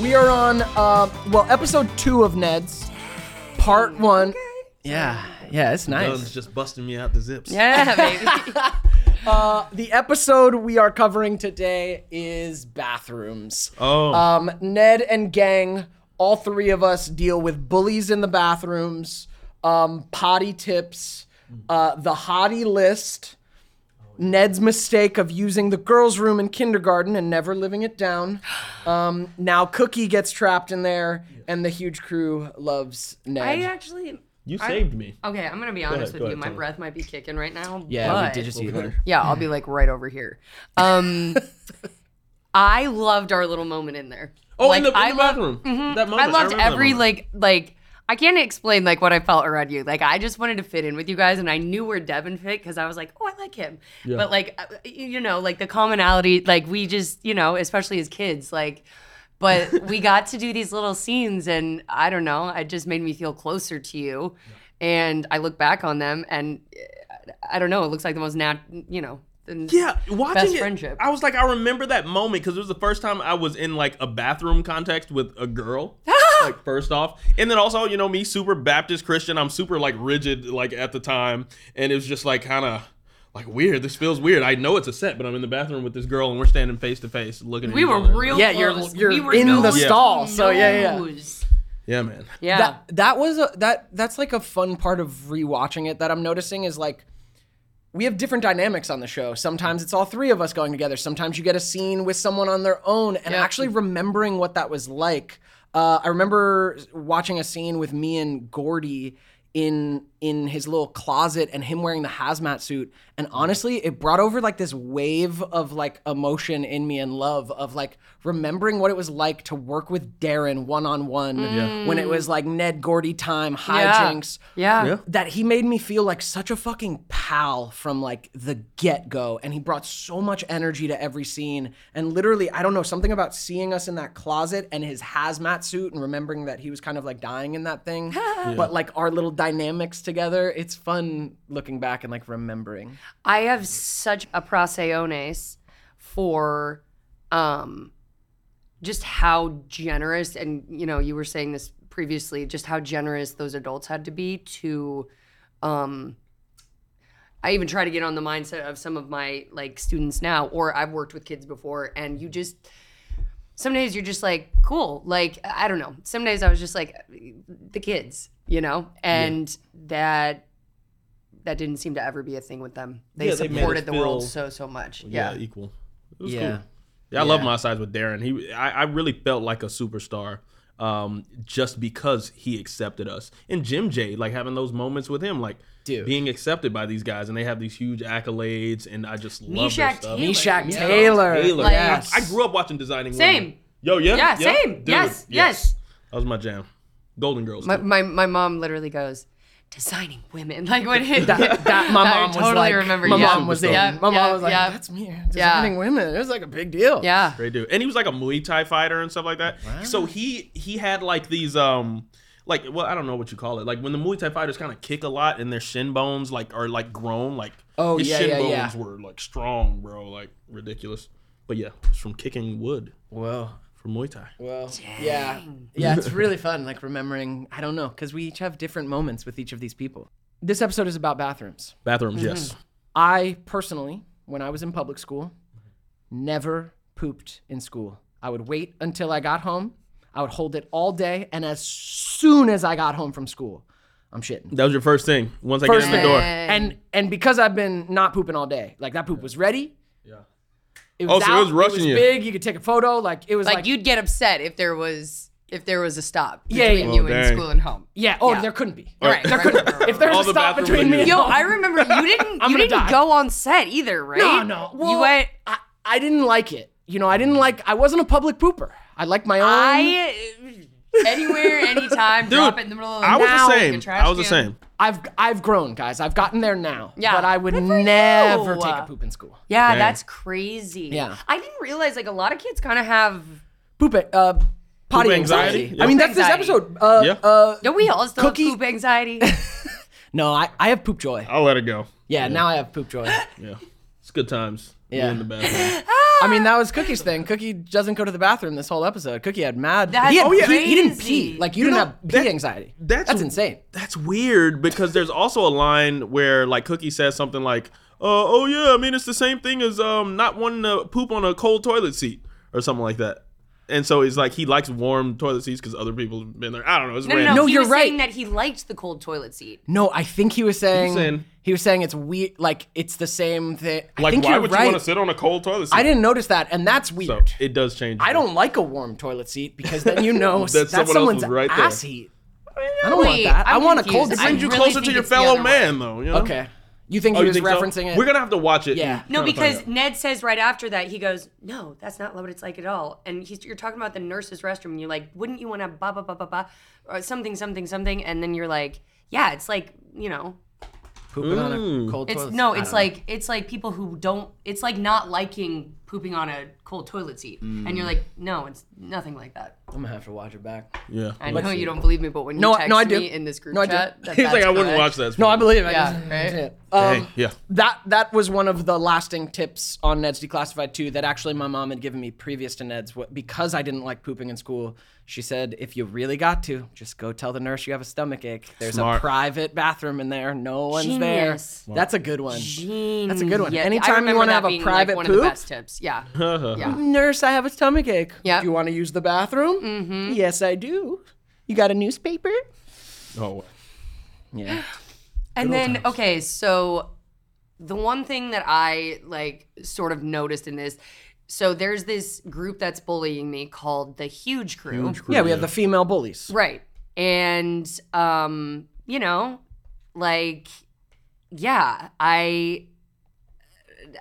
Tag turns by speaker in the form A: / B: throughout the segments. A: We are on, uh, well, episode two of Ned's, part one. Yeah, yeah, it's
B: Guns just busting me out the zips.
A: Yeah, uh, the episode we are covering today is bathrooms.
B: Oh.
A: Um, Ned and gang, all three of us deal with bullies in the bathrooms, um, potty tips, uh, the hottie list, Ned's mistake of using the girls' room in kindergarten and never living it down. Um, now Cookie gets trapped in there, and the huge crew loves Ned.
C: I uh, actually.
B: you
C: I-
B: saved me.
C: Okay, I'm gonna be
B: ahead,
C: honest
B: go
C: with you.
B: ahead,
C: My
B: Tony.
C: breath might be kicking right now.
A: yeah,
C: but,
A: we did just eat her.
C: Yeah, I'll be like right over here. Um, I loved our little moment in there.
B: Oh,
C: like,
B: in the, in the
C: I loved-
B: bathroom.
C: Mhm.
B: That moment.
C: I loved
B: remember that
C: every
B: moment.
C: like like I can't explain like what I felt around you. Like I just wanted to fit in with you guys, and I knew where Devin fit because I was like, oh, I like him. But like uh, you know, like the commonality, like we just you know, especially as kids, like. But we got to do these little scenes, and I don't know, it just made me feel closer to you. And I look back on them, and uh, I don't know, it looks like the most nat, you know. the-
B: Yeah, watching
C: Best
B: it,
C: friendship.
B: I was like, I remember that moment because it was the first time I was in like a bathroom context with a girl. like first off, and then also, you know, me super Baptist Christian. I'm super like rigid like at the time, and it was just like kind of like weird. This feels weird. I know it's a set, but I'm in the bathroom with this girl, and we're standing face to face looking. at
C: We
B: each
C: were
B: other.
C: real
A: Yeah, you're-
C: close.
A: you're
C: we were
A: in the
C: nose to
A: stall, so yeah, yeah.
C: nose.
B: Yeah, man.
C: Yeah.
A: That that was a, that that's like a fun part of rewatching it that I'm noticing is like we have different dynamics on the show. Sometimes it's all three of us going together. Sometimes you get a scene with someone on their own and
C: Yeah.
A: actually remembering what that was like. Uh, I remember watching a scene with me and Gordy in in his little closet and him wearing the hazmat suit
C: Mm.
A: and honestly it brought over like this wave of like emotion in me and love of like remembering what it was like to work with Darren one on one when it was like Ned Gordy time hijinks
C: Mm. Yeah.
A: Uh, that he made me feel like such a fucking pal from like the get go. And he brought so much energy to every scene. And literally, I don't know, something about seeing us in that closet and his hazmat suit and remembering that he was kind of like dying in that thing. But like our little dynamics together, it's fun looking back and like remembering.
C: I have such a proseones for um just how generous and you know, you were saying this previously, just how generous those adults had to be to um I even try to get on the mindset of some of my like students now, or I've worked with kids before, and you just some days you're just like, cool. Like, I don't know. Some days I was just like the kids, you know? And that that didn't seem to ever be a thing with them. They
B: Yeah, they made
C: supported
B: us
C: the world
B: feel-
C: so so much.
B: yeah,
C: Yeah.
B: equal. It was
A: Yeah.
B: cool. Yeah, I love my sides with Darren. He, I, I really felt like a superstar, um, just because he accepted us. And Jim J, like having those moments with him, like
A: Dude.
B: being accepted by these guys, and they have these huge accolades, and I just love their
C: Meshack
B: stuff.
C: Taylor.
A: Meshach
C: Yeah.
A: Taylor.
B: Taylor.
C: Like-
A: yes.
B: I grew up watching Designing Women.
C: Same.
B: Yo, yeah,
C: Yeah, same.
B: Dude,
C: Yes, yes.
B: That was my jam. Golden Girls.
C: My,
B: too.
C: my my mom literally goes, designing women. Like when it
A: that, that my
C: I
A: mom was
C: totally
A: like,
C: remember
A: my
C: yeah.
A: mom was in.
C: Yeah,
A: my mom
C: yeah,
A: was like,
C: yeah.
A: that's me, designing women. It was like a big deal.
C: Yeah.
B: Great dude. And he was like a Muay Thai fighter and stuff like that. So he he had like these um like well I don't know what you call it. Like when the Muay Thai fighters kind of kick a lot and their shin bones like are like grown like
A: Oh,
B: his
A: yeah,
B: shin
A: yeah,
B: bones
A: yeah.
B: were like strong, bro, like ridiculous. But yeah, it's from kicking wood
A: Whoa.
B: from Muay Thai.
A: Well, yeah, yeah, it's really fun. Like remembering, I don't know, because we each have different moments with each of these people. This episode is about bathrooms.
B: Bathrooms, yes.
A: Mm-hmm. I personally, when I was in public school, never pooped in school. I would wait until I got home. I would hold it all day, and as soon as I got home from school, I'm shitting.
B: That was your first thing. Once I
A: First
B: get in the
A: thing.
B: door.
A: And and because I've been not pooping all day, like that poop was ready.
B: Yeah.
A: It
B: Oh, so it was rushing
A: it was
B: you.
A: Big, you could take a photo. Like it was
C: Like,
A: like,
C: you'd get upset if there was if there was a stop
A: Yeah,
C: between
A: yeah.
C: you
B: Well,
C: and
B: dang.
C: school and home.
A: yeah. Oh,
C: Yeah.
A: there couldn't be.
C: Right. right, right, right,
A: If there's
B: All
A: a
B: the
A: stop
B: bathroom
A: between me and
B: windows.
C: Yo,
A: home-
C: I remember you didn't
A: I'm
C: you
A: gonna
C: didn't
A: die.
C: go on set either, right?
A: No, no. Well,
C: you went
A: I, I didn't like it. you know, I didn't like. I wasn't a public pooper. I like my own.
B: um,
C: I anywhere, anytime, drop it in the middle of the
B: I was
C: now,
B: the
C: like a
B: same.
C: trash
B: I was the
C: can.
B: same.
A: I've I've grown, guys. I've gotten there now.
C: Yeah.
A: But I would
C: Good for
A: never
C: you.
A: take a poop in school.
C: Yeah,
B: Dang.
C: that's crazy.
A: Yeah.
C: I didn't realize like a lot of kids kind of have.
A: Poop it. Uh, potty
B: anxiety?
A: anxiety.
B: Yeah.
A: I mean,
C: Poop
A: that's
C: anxiety.
A: this episode. Uh,
B: Yeah.
A: uh,
C: Don't we all still
A: Cookie-
C: have poop anxiety?
A: no, I, I have poop joy.
B: I'll let it go.
A: Yeah, now I have poop joy.
B: Yeah, it's good times.
A: Yeah.
B: Yeah, in the bathroom.
A: I mean, that was Cookie's thing. Cookie doesn't go to the bathroom this whole episode. Cookie had mad.
C: That's
A: he, had,
C: Oh, yeah.
A: he, he didn't pee.
C: crazy.
A: Like you, didn't have pee anxiety.
B: that's-
A: that's insane.
B: That's weird because there's also a line where like Cookie says something like, uh, "Oh yeah, I mean it's the same thing as um not wanting to poop on a cold toilet seat or something like that." And so it's like he likes warm toilet seats because other people have been there. I don't know. It's
C: no, no,
B: random.
C: no. he
A: you're
C: was
A: right.
C: Saying that he liked the cold toilet seat.
A: No, I think he was saying,
B: saying-
A: he was saying it's weird. Like it's the same thing. I
B: Like
A: think
B: why
A: you're
B: would
A: right.
B: you want to sit on a cold toilet seat?
A: I didn't notice that, and that's
B: So
A: weird.
B: it does change.
A: I don't like a warm toilet seat because then you know that's,
B: That someone else
A: someone's
B: was right there.
A: ass heat. I don't want
C: Wait,
A: that. i
C: I'm
A: want
C: confused.
A: a cold.
C: I
B: brings you
C: really
B: closer
C: think
B: to your
C: it's the
B: fellow
C: other way.
B: man though. You know?
A: Okay, you think
B: Oh,
A: he
B: you
A: was
B: think so?
A: referencing it?
B: We're gonna have to watch it.
A: Yeah.
C: No,
B: Trying to find
C: because
B: out.
C: Ned says right after that he goes, "No, that's not what it's like at all." And he's you're talking about the nurse's restroom, and you're like, "Wouldn't you want to ba ba ba ba ba or something something something?" And then you're like, "Yeah, it's like you know,
A: pooping on a cold
C: it's
A: toilet.
C: no,
A: I
C: it's
A: don't
C: like it's like people who don't. It's like not liking pooping on a cold toilet seat,
A: Mm.
C: and you're like, "No, it's nothing like that."
A: know. I'm gonna have to watch it back.
B: yeah.
C: I know you don't believe me, but when you
A: No, I-
C: text
A: no, I do.
C: me in this group
A: No, I do.
C: chat, that
B: He's like,
C: that's
B: I wouldn't
C: correct.
B: watch that.
A: No, I believe it.
C: Yeah,
A: I
C: right?
A: it. Um,
B: Dang, yeah.
A: That that was one of the lasting tips on Ned's Declassified too. That actually my mom had given me previous to Ned's wh- because I didn't like pooping in school. She said, if you really got to, just go tell the nurse you have a stomach ache. There's a
B: Smart.
A: private bathroom in there. No one's there.
C: Genius.
A: That's a good one.
C: Genius.
A: That's a good one.
C: Yeah, I
A: Anytime you
C: remember
A: wanna
C: that
A: have a
C: being,
A: private
C: like, one
A: poop?
C: of the best tips. Yeah, yeah.
A: Nurse, I have a stomach ache.
C: Yeah.
A: Do you want to use the bathroom? Mm-hmm. Yes, I do. You got a newspaper?
B: Oh,
A: Yeah.
C: And then okay, so the one thing that I like sort of noticed in this, so there's this group that's bullying me called the Huge Crew,
A: Yeah, we have the female bullies.
C: right? And um, you know, like, yeah, I,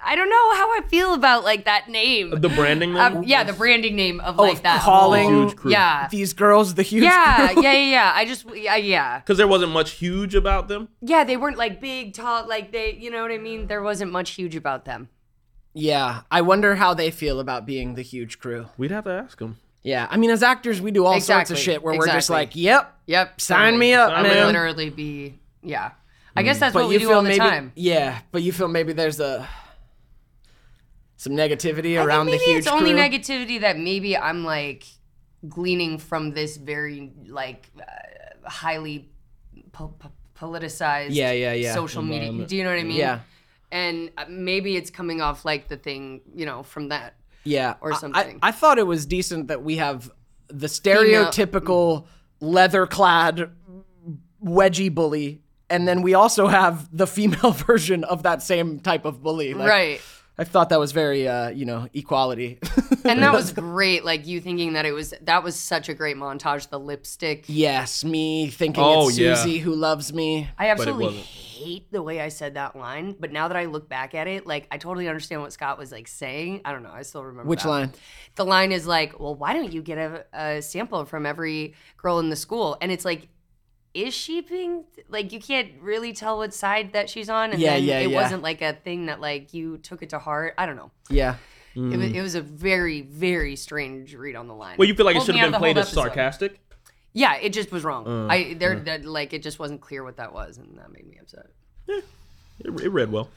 C: I don't know how I feel about like that name.
B: the branding.
C: Um,
A: Uh,
B: Then?
C: yeah, the branding name of
A: of
C: like that
A: calling-
C: whole-
B: Huge Crew.
C: Yeah.
A: These girls, the huge
C: Yeah,
A: girls.
C: yeah, yeah, yeah. I just, yeah, yeah,
B: because there wasn't much huge about them.
C: yeah. They weren't like big, tall, like they, you know what I mean. There wasn't much huge about them.
A: Yeah, I wonder how they feel about being the huge crew.
B: We'd have to ask them.
A: Yeah, I mean, as actors, we do all sorts of
C: Exactly,
A: shit where we're just
C: exactly.
A: like, "Yep,
C: Yep.
A: sign me up,
B: Sign me
A: man." Mm.
B: up.
C: Literally be, yeah. I guess that's
A: But
C: what
A: you
C: we do
A: feel
C: all the
A: maybe,
C: time.
A: yeah, but you feel maybe there's a some negativity
C: I think
A: around
C: maybe
A: the huge
C: it's only
A: crew.
C: negativity that maybe I'm like gleaning from this very like uh, highly po- po- politicized
A: Yeah, yeah, yeah.
C: social media. Do you know what I mean?
A: yeah,
C: And uh, maybe it's coming off like the thing, you know, from that.
A: yeah,
C: or
A: I- I-
C: something.
A: I, thought it was decent that we have the stereotypical leather-clad wedgie bully, and then we also have the female version of that same type of bully. Like,
C: right.
A: I thought that was very, uh, you know, equality.
C: And that was great. Like you thinking that it was that was such a great montage. The lipstick.
A: Yes, me thinking
B: Oh,
A: it's
B: yeah.
A: Susie who loves me.
C: I absolutely
B: wasn't.
C: hate the way I said that line, but now that I look back at it, like I totally understand what Scott was like saying. I don't know. I still remember
A: Which
C: that.
A: line?
C: The line is like, "Well, why don't you get a, a sample from every girl in the school?" And it's like, is she being like you can't really tell what side that she's on? And
A: Yeah,
C: then
A: yeah,
C: It
A: yeah.
C: wasn't like a thing that like you took it to heart. I don't know.
A: Yeah.
C: It, was, it was a very very strange read on the line.
B: Mm. Well, you feel like it
C: Pulled
B: should
C: me out
B: have
C: of
B: been
C: the
B: played
C: whole
B: as
C: episode.
B: sarcastic. Uh,
C: Yeah, it just was wrong. I there that like it just wasn't clear what that was, and that made me upset.
B: It, it read well.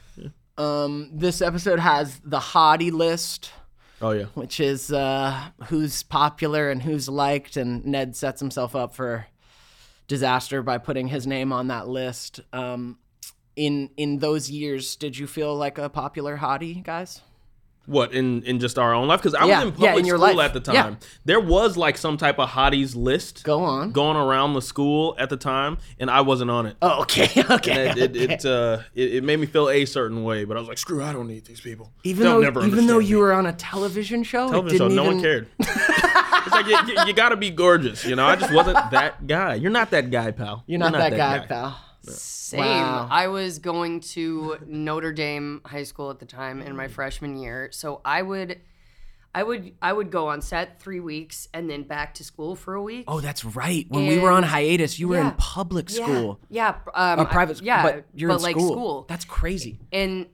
A: Um, this episode has the hottie list,
B: Oh yeah.
A: which is uh, who's popular and who's liked, and Ned sets himself up for disaster by putting his name on that list. Um, in in those years, did you feel like a popular hottie, guys?
B: What in in just our own life? Because I
A: Yeah,
B: was in public
A: yeah, in your
B: school
A: life.
B: at the time. There was like some type of hotties list
A: Go on.
B: going around the school at the time, and I wasn't on it.
A: Oh, okay, okay.
B: And it, it, it, uh, it, it made me feel a certain way, but I was like, screw, I don't need these people.
A: even
B: They'll
A: though
B: never
A: even though
B: understand
A: you
B: me.
A: were on a television show, it
B: television show,
A: didn't
B: no
A: even,
B: one cared. it's like you, you, you got to be gorgeous, you know. I just wasn't that guy. You're not that guy, pal.
A: You're not, that, guy, pal.
C: Same. I was going
B: Mm.
C: to Notre Dame High School at the time in my freshman year, so I would. I would I would go on set three weeks and then back to school for a week.
A: Oh, that's right. When we were on
C: And-
A: hiatus, you were
C: Yeah.
A: in public
C: Yeah,
A: school.
C: Yeah, um,
A: A
C: I-
A: private school,
C: Yeah,
A: but you're in
C: like
A: school.
C: school.
A: That's crazy.
C: and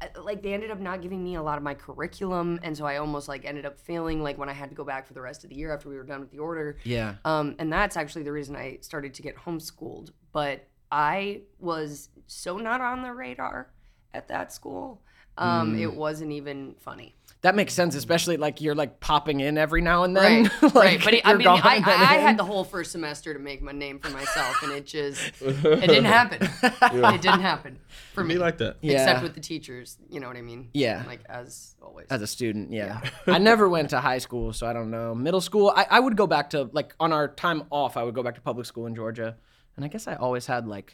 C: uh, like they ended up not giving me a lot of my curriculum, and so I almost like ended up failing. Like when I had to go back for the rest of the year after we were done with the order.
A: Yeah.
C: Um, and that's actually the reason I started to get homeschooled. But I was so not on the radar at that school.
A: Mm.
C: Um, It wasn't even funny.
A: That makes sense, especially like you're like popping in every now and then.
C: right,
A: like,
C: right. But it- I
A: you're
C: mean,
A: gone
C: I,
A: and
C: I, I
A: then-
C: had the whole first semester to make my name for myself, and it just it didn't happen. It didn't happen for me.
B: Me like that.
A: Yeah.
C: Except with the teachers, you know what I mean?
A: Yeah.
C: Like as always.
A: as a student, yeah. I never went to high school, so I don't know. Middle school, I, I would go back to like on our time off, I would go back to public school in Georgia. And I guess I always had like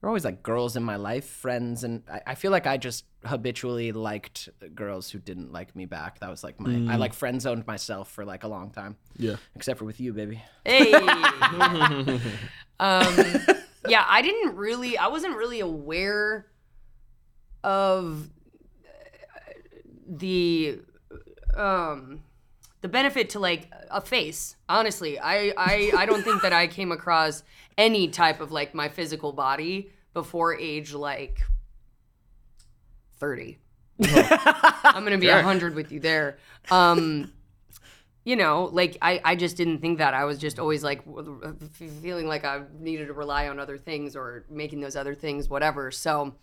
A: there were always like girls in my life, friends, and I, I feel like I just habitually liked girls who didn't like me back. That was like my
C: Mm.
A: I like friend zoned myself for like a long time.
B: Yeah.
A: Except for with you, baby.
C: hey. um, yeah, I didn't really. I wasn't really aware of uh, the um the benefit to like a face honestly I, I i don't think that i came across any type of like my physical body before age like 30 i'm gonna be a 100 with you there um you know like I, I just didn't think that i was just always like w- w- f- feeling like i needed to rely on other things or making those other things whatever so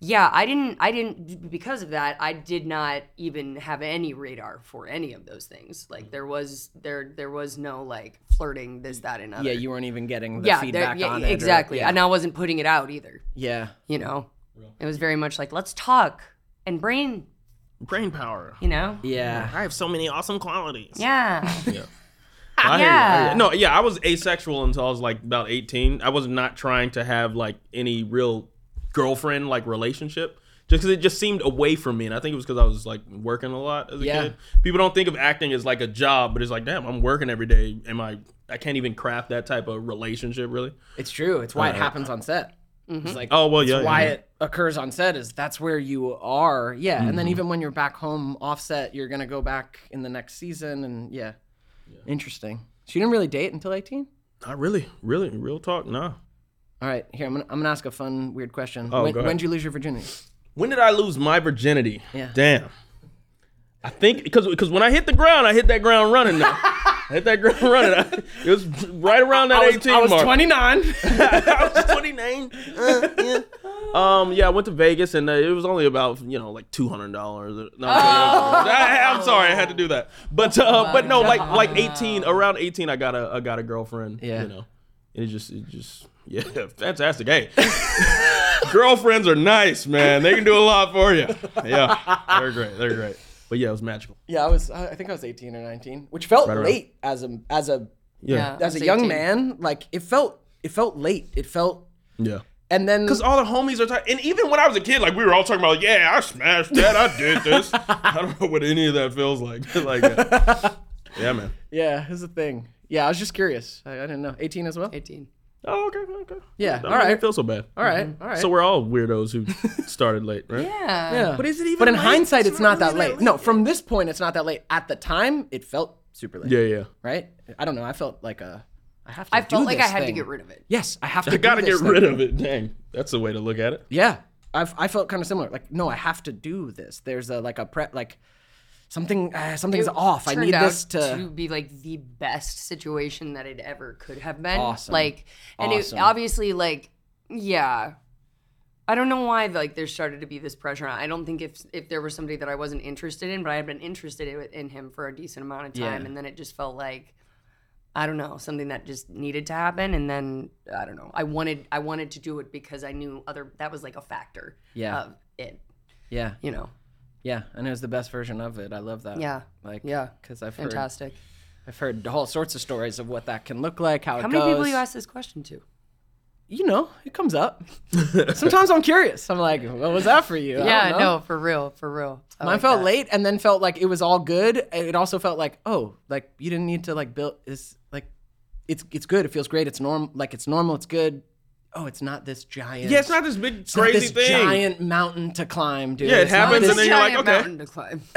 C: yeah i didn't i didn't because of that i did not even have any radar for any of those things like there was there there was no like flirting this that and other
A: Yeah, you weren't even getting the
C: yeah, there-
A: feedback
C: yeah,
A: on it. or-
C: exactly
A: yeah.
C: and i wasn't putting it out either
A: yeah.
C: you know it was very much like let's talk and brain
B: Brain power.
C: you know
A: Yeah.
B: I have so many awesome qualities.
C: yeah
B: I hear you.
C: Yeah.
B: I hear you. No, yeah, I was asexual until I was like about 18. I was not trying to have like any real girlfriend like relationship just because it just seemed away from me. And I think it was because I was like working a lot as a
A: Yeah.
B: kid. People don't think of acting as like a job, but it's like, damn, I'm working every day. Am I, I can't even craft that type of relationship really.
A: It's true. It's why it happens on set.
C: Mm-hmm.
A: It's like
B: Oh, well, yeah.
A: why
B: yeah.
A: it occurs on set is that's where you are. Yeah. And
B: Mm-hmm.
A: then even when you're back home offset, you're gonna go back in the next season and yeah. Interesting. So you didn't really date until eighteen?
B: Not really, really, real talk. Nah.
A: All right, here I'm gonna, I'm gonna ask a fun, weird question.
B: Oh,
A: when,
B: go ahead.
A: when did you lose your virginity?
B: When did I lose my virginity?
A: Yeah.
B: Damn. I think because because when I hit the ground, I hit that ground running. Now. I hit that ground running. I- it was right around that
A: I was,
B: 18
A: I was
B: mark.
A: 29.
B: I was 29. Uh, yeah. Um, yeah, I went to Vegas and uh, it was only about you know like two hundred dollars. No, I, am sorry, I had to do that. But uh, but no, like like 18, around 18, I got a I got a girlfriend.
A: Yeah.
B: you know, and it just it just yeah, fantastic. Hey, girlfriends are nice, man. They can do a lot for you. Yeah, they're great. They're great. But yeah, it was magical.
A: yeah, I was. I think I was 18 or 19, which felt
B: around.
A: late as a as a
B: Yeah,
A: as a young man. Like it felt it felt late. It felt
B: yeah.
A: and then
B: Because all the homies are talking, and even when I was a kid, like we were all talking about, yeah, I smashed that, I did this. I don't know what any of that feels like. like, uh, yeah, man.
A: yeah, here's the thing. Yeah, I was just curious. I, I didn't know. 18 as well.
C: 18
B: Oh, okay, okay.
A: Yeah,
B: I don't
A: all right.
B: even feel so bad.
A: All right, all right.
B: So we're all weirdos who started late, right?
C: yeah
A: Yeah.
D: But is it even
A: But in
D: late?
A: hindsight,
D: It's
A: it's
D: not
A: not that
D: really that
A: late.
D: late
A: No, from this point, it's not that late. At the time, it felt super late.
B: Yeah, yeah.
A: Right? I don't know. I felt like a. I have to.
C: i felt
A: do
C: like i
A: this
C: had to
A: thing.
C: get rid of it
A: Yes, I have to.
B: I gotta
A: do this
B: get
A: thing.
B: rid of it. Dang, that's the way to look at it.
A: Yeah, I've, I felt kind of similar. Like, no, I have to do this. There's a like a prep like something. Uh, something's
C: It
A: off. I
C: turned
A: need
C: out
A: this to.
C: be like the best situation that it ever could have been.
A: Awesome.
C: Like, and
A: Awesome.
C: it obviously, like, yeah. I don't know why like there started to be this pressure. on I don't think if if there was somebody that I wasn't interested in, but I had been interested in, in him for a decent amount of time,
A: Yeah.
C: and then it just felt like I don't know something that just needed to happen. And then I don't know. I wanted I wanted to do it because I knew other that was like a factor
A: Yeah.
C: of it.
A: yeah,
C: You know.
A: yeah, and it was the best version of it. I love that.
C: Yeah.
A: Like
C: Yeah.
A: because I've heard
C: Fantastic.
A: I've heard all sorts of stories of what that can look like. How,
C: How
A: it
C: many people
A: goes.
C: you asked this question to?
A: You know, it comes up. Sometimes I'm curious. I'm like, what was that for you? I
C: Yeah,
A: don't know.
C: no, for real, for real. I
A: Mine
C: like
A: felt
C: that.
A: late and then felt like it was all good. And It also felt like, oh, like you didn't need to like build this like it's it's good. It feels great. It's normal like it's normal, it's good. oh, it's not this giant.
B: Yeah, it's not this big
A: not
B: crazy
A: this
B: thing.
A: giant mountain to climb, dude.
B: Yeah, it
A: It's not
B: happens
A: this-
B: and then you're like,
C: giant
B: okay.
C: mountain to climb.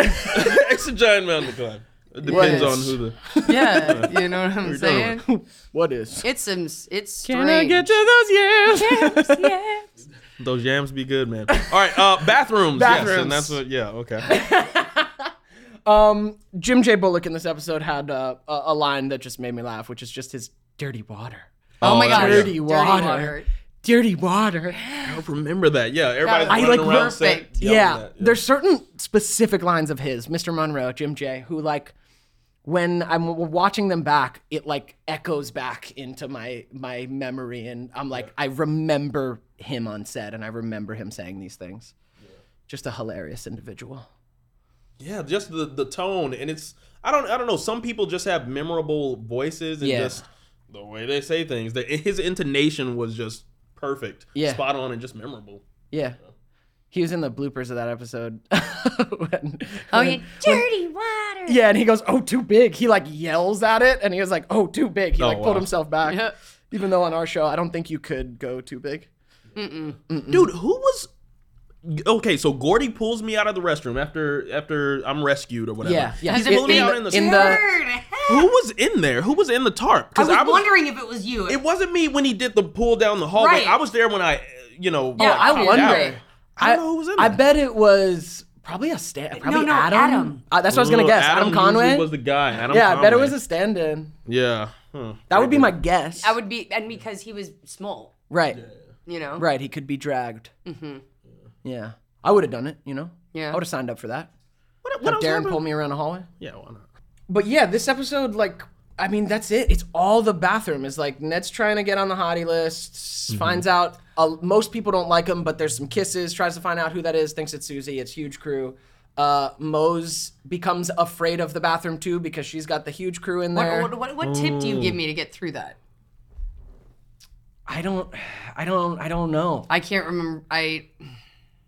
B: it's a giant mountain to climb. It depends
C: Yes.
B: on who the.
C: yeah, you know what I'm
B: done
C: saying?
A: what is?
C: It's some, it's strange.
A: to those years?
B: Those yams be good, man. All right, uh, bathrooms. Yes,
A: Bathrooms.
B: and that's what. Yeah, okay.
A: Jim J. Bullock in this episode had uh, a, a line that just made me laugh, which is just his dirty water.
C: Oh, my
B: that's
C: god,
B: weird.
A: Dirty water. Dirty water.
B: I don't remember that. Yeah, everybody's
C: I
B: running
A: like
B: around
C: perfect.
B: set
A: Yeah,
B: yelling that.
A: there's certain specific lines of his, Mr. Monroe, Jim J, who like when I'm w- watching them back, it like echoes back into my my memory, and I'm like, I remember him on set, and I remember him saying these things. Just a hilarious individual.
B: Yeah, just the the tone, and it's I don't I don't know. Some people just have memorable voices and
A: Yeah.
B: just the way they say things. That his intonation was just perfect,
A: Yeah.
B: spot on, and just memorable.
A: Yeah. He was in the bloopers of that episode. when,
C: Oh,
A: when-
C: yeah.
D: Dirty water.
A: Yeah, and he goes, "Oh, too big." He like yells at it, and he was like, "Oh, too big." He
B: Oh,
A: like
B: wow.
A: pulled himself back.
C: Yeah.
A: Even though on our show, I don't think you could go too big.
B: Dude, who was okay? So Gordy pulls me out of the restroom after after I'm rescued or whatever.
A: Yeah, yeah.
B: He's
A: In-
B: pulling me
A: in
B: out
A: the-
B: in the,
A: in the-
B: Who was in there? Who was in the tarp?
D: I was,
B: Because
D: wondering if it was you.
B: It wasn't me when he did the pull down the hallway.
D: Right.
B: I was there when I, uh, you know.
C: Yeah,
B: like,
C: I
B: popped
C: wonder.
B: out. I don't know who was in
A: I
B: there.
A: bet it was probably a stand. Probably
D: no,
A: Adam.
D: Adam.
A: Uh, that's what I was gonna
B: Ooh,
A: guess. Adam,
B: usually
A: Conway.
B: was the guy. Adam
A: yeah, I bet it
B: Conway.
A: was a stand-in.
B: Yeah. Huh.
A: That would be my guess.
C: I would be, and because he was small,
A: right,
C: you know.
A: right. He could be dragged. Mm-hmm. Yeah, I would have done it. You know.
C: Yeah.
A: I would have signed up for that.
B: What,
A: Have
B: else
A: Darren
B: happened?
A: pull me around a hallway.
B: Yeah, why not?
A: But yeah, this episode, like, I mean, that's it. It's all the bathroom. It's like Ned's trying to get on the hottie list, s-
B: Mm-hmm.
A: finds out uh, most people don't like him, but there's some kisses, tries to find out who that is, thinks it's Susie. It's huge crew. Uh, Mose becomes afraid of the bathroom too because she's got the huge crew in there.
C: What, what, what, what tip do you give me to get through that?
A: I don't, I don't, I don't know.
C: I can't remember. I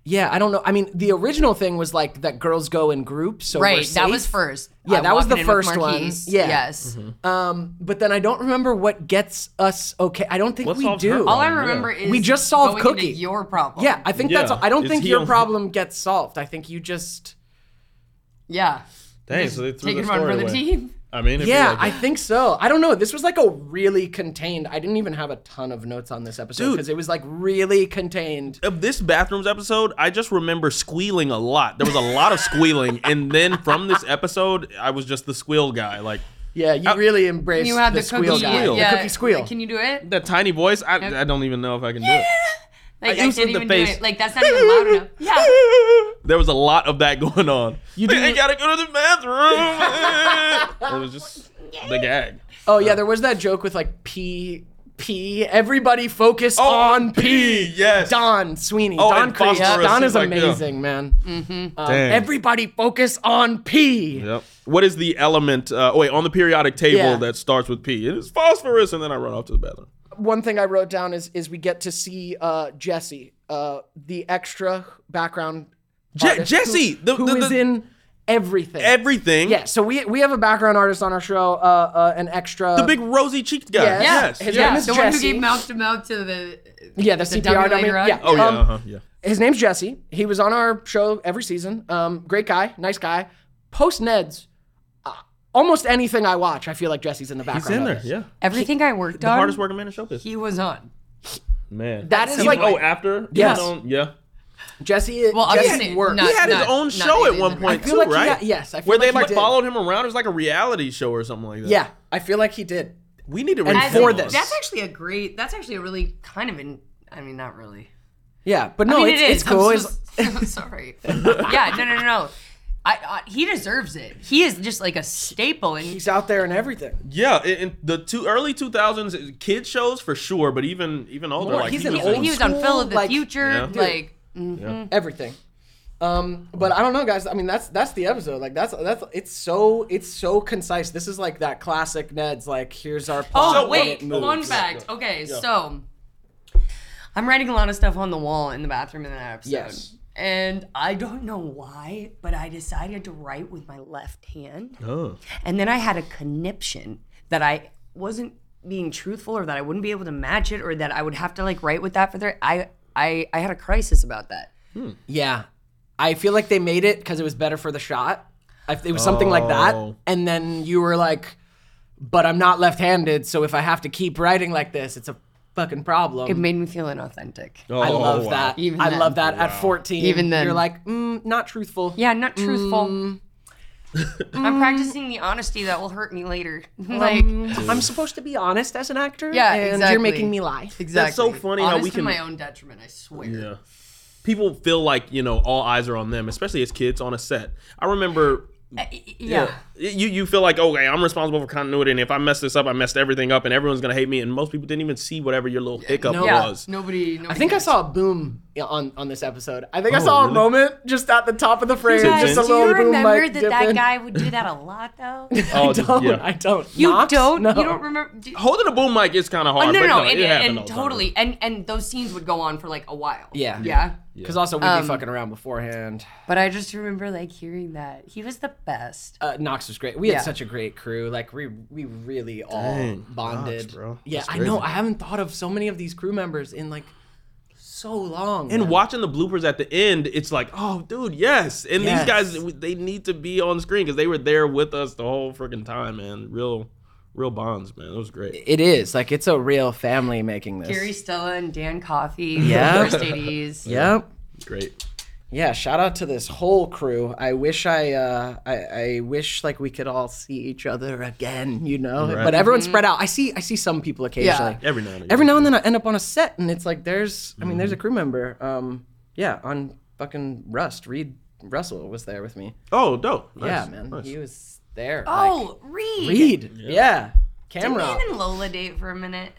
A: Yeah, I don't know. I mean, the original thing was like that girls go in groups. So we're
C: right. That
A: safe.
C: was first.
A: Yeah,
C: I'm
A: that was
C: walking
A: the
C: in with
A: first one.
C: Marquise.
A: Yeah.
C: Yes.
B: Mm-hmm.
A: Um, but then I don't remember what gets us okay. I don't think
B: What
A: we
B: solves her
A: do.
C: All I
B: Yeah.
C: remember is
A: We just solved
C: going into
A: Cookie.
C: Your problem.
A: Yeah, I think that's.
B: Yeah,
A: I don't
B: is
A: think
B: he
A: your
B: on-
A: problem gets solved. I think you just.
C: Yeah.
B: Dang, so they threw the
C: Take it on
B: story
C: for the
B: away.
C: team.
B: I mean, if you
A: Yeah,
B: like
A: I
B: it.
A: think so. I don't know. This was like a really contained. I didn't even have a ton of notes on this episode
B: Dude.
A: because it was like really contained.
B: of this bathrooms episode, I just remember squealing a lot. There was a lot of squealing, and then from this episode, I was just the squeal guy. Like
A: Yeah,
B: Uh,
A: you really embraced
C: You had the,
A: squeal
C: cookie.
A: guy.
B: Squeal.
C: Yeah.
A: The cookie squeal.
C: Can you do it?
B: that tiny voice, I, I don't even know if I can do it.
C: Like,
B: I
C: I,
B: used
C: can't
B: the
C: even do
B: face.
C: it. Like that's not even loud enough. Yeah.
B: There was a lot of that going on. You didn't gotta go to the bathroom. it was just the gag.
A: oh yeah, there was that joke with like P P. Everybody focus on P.
B: Oh, yes.
A: Don Sweeney.
B: Oh,
A: Don
B: and
A: Kreese.
B: phosphorus
A: Don
B: is
A: is
B: like, yeah.
A: amazing, man.
C: Mm-hmm.
A: Um, everybody focus on P.
B: Yep. What is the element? Uh, oh wait, on the periodic table
A: Yeah.
B: that starts with P. It is phosphorus, and then I run off to the bathroom.
A: one thing I wrote down is is we get to see uh, Jesse, uh, the extra background.
B: Je-
A: artist who-
B: Jesse, the-
A: who
B: the-
A: is
B: the-
A: in everything.
B: Everything.
A: yeah, so we we have a background artist on our show, uh, uh, an extra.
B: The big rosy cheeked guy.
A: Yes.
C: Yeah.
B: Yes.
A: His
C: yeah.
A: name is
C: the one
A: Jesse.
C: who gave mouth to mouth to the.
A: yeah, the,
C: the
A: CPR
C: dummy
A: dummy.
C: later on?
A: Yeah.
B: Oh yeah.
A: um,
B: uh-huh, yeah.
A: His name's Jesse. He was on our show every season. Um, great guy, nice guy. Post Ned's, uh, almost anything I watch, I feel like Jesse's in the background.
B: He's in
A: of
B: there.
A: it.
B: Yeah.
C: Everything I worked
B: The
C: on.
B: hardest working man in showbiz.
C: He was on.
B: Man.
A: That is
B: He-
A: like-
B: oh after
A: Yes.
B: His own- yeah.
A: Jesse.
C: Well,
A: Jesse
C: obviously
A: works.
C: not-
B: He had his
C: not-
B: own
C: not
B: show at
C: Nathan
B: one
C: Drake.
B: point
A: I
B: too,
A: feel like he
B: right?
A: had- yes, I feel
B: Where they
A: like he
B: like
A: did.
B: followed him around. It was like a reality show or something like that.
A: yeah, I feel like he did.
B: We need to
A: And
B: read
A: for
B: those.
A: this.
C: That's actually a great. That's actually a really kind of in. I mean, not really.
A: Yeah, but no,
C: I mean,
A: it's,
C: it is.
A: it's cool.
C: I'm
A: It's-
C: so, so sorry. yeah, no, no, no, no. I, I, he deserves it. He is just like a staple, and
A: he's out there and everything.
B: Yeah, in, in the two early 2000s kid shows for sure, but even even older
A: More,
B: like
A: he's
B: he
A: an
B: was
A: old
C: he was on Phil
A: school,
C: of the
A: like-
C: Future.
B: Yeah.
C: Like,
A: Everything. Um, but I don't know, guys. I mean, that's that's the episode. Like, that's that's it's so it's so concise. This is like that classic Ned's. Like, here's our plot.
C: oh
A: and
C: wait,
A: it moves.
C: fun fact. Okay, so I'm writing a lot of stuff on the wall in the bathroom in that episode.
A: Yes.
C: And I don't know why, but I decided to write with my left hand.
B: Oh.
C: And then I had a conniption that I wasn't being truthful or that I wouldn't be able to match it or that I would have to like write with that for their I I I had a crisis about that.
A: Yeah, I feel like they made it because it was better for the shot. I- It was something like that,
B: Oh.
A: and then you were like, "But I'm not left-handed, so if I have to keep writing like this, it's a fucking problem."
C: It made me feel inauthentic.
A: I
B: Oh,
A: love
B: wow.
A: that.
C: Even
A: I
C: then.
A: love that. At 14,
C: Even then.
A: you're like, mm, not truthful.
C: Yeah, not truthful.
A: Mm.
C: I'm practicing the honesty that will hurt me later.
A: Um,
C: like
A: I'm supposed to be honest as an actor.
C: Yeah,
A: and
C: exactly.
A: you're making me lie.
C: exactly.
B: so funny how
C: Honest
B: we
C: to
B: can-
C: my own detriment. I swear.
B: Yeah. People feel like, you know, all eyes are on them, especially as kids on a set. I remember
C: Eh, yeah.
B: You you feel like, okay, I'm responsible for continuity and if I mess this up, I messed everything up and everyone's gonna hate me and most people didn't even see whatever your little hiccup
A: no.
C: Yeah.
B: was.
C: Nobody, nobody.
A: I think I
C: cares.
A: saw a boom on, on this episode. I think I saw a moment just at the top of the frame,
B: Guys,
A: just a
B: do
D: Do you
A: little boom
D: remember
A: mic
D: that
A: dip
D: that
A: in.
D: guy would do that a lot though?
B: Oh,
A: I
B: just-
A: don't.
B: yeah.
A: I don't.
C: You
A: Knox?
C: don't.
A: No.
C: You don't remember. Do,
B: Holding a boom mic is kind of hard.
C: Oh, no,
B: but
C: no, no,
B: Oh, no, it
C: and,
B: happened
C: and,
B: all the time.
C: totally, and and those scenes would go on for like a while.
A: Yeah.
C: yeah.
A: Because also we'd be fucking around beforehand.
C: But I just remember like hearing that he was the best.
A: Uh, Knox was great. We
C: Yeah.
A: had such a great crew. Like we we really all bonded.
B: bro.
A: Yeah,
B: That's
A: I know. I haven't thought of so many of these crew members in like so long.
B: And
A: man.
B: watching the bloopers at the end, it's like, oh, dude, yes. And
A: Yes.
B: these guys, they need to be on screen because they were there with us the whole freaking time, man. Real, real bonds, man. It was great.
A: it is like it's a real family making this.
C: Gary Stella and Dan Coffey,
A: Yeah.
C: first ADs.
A: Yep.
B: Great.
A: Yeah, shout out to this whole crew. I wish I, uh, I, I wish like we could all see each other again, you know.
B: Right.
A: But
C: Mm-hmm.
A: everyone's spread out. I see, I see some people occasionally.
B: Every now and again.
A: Every now and then I end up on a set, and it's like there's, I mean,
B: Mm-hmm.
A: there's a crew member. Um, yeah, on fucking Rust, Reed Russell was there with me.
B: Oh, dope. Nice.
A: yeah, man,
B: Nice.
A: he was there. like,
C: Oh, Reed.
A: Reed, yeah,
C: Didn't
A: camera.
C: him and Lola date for a minute?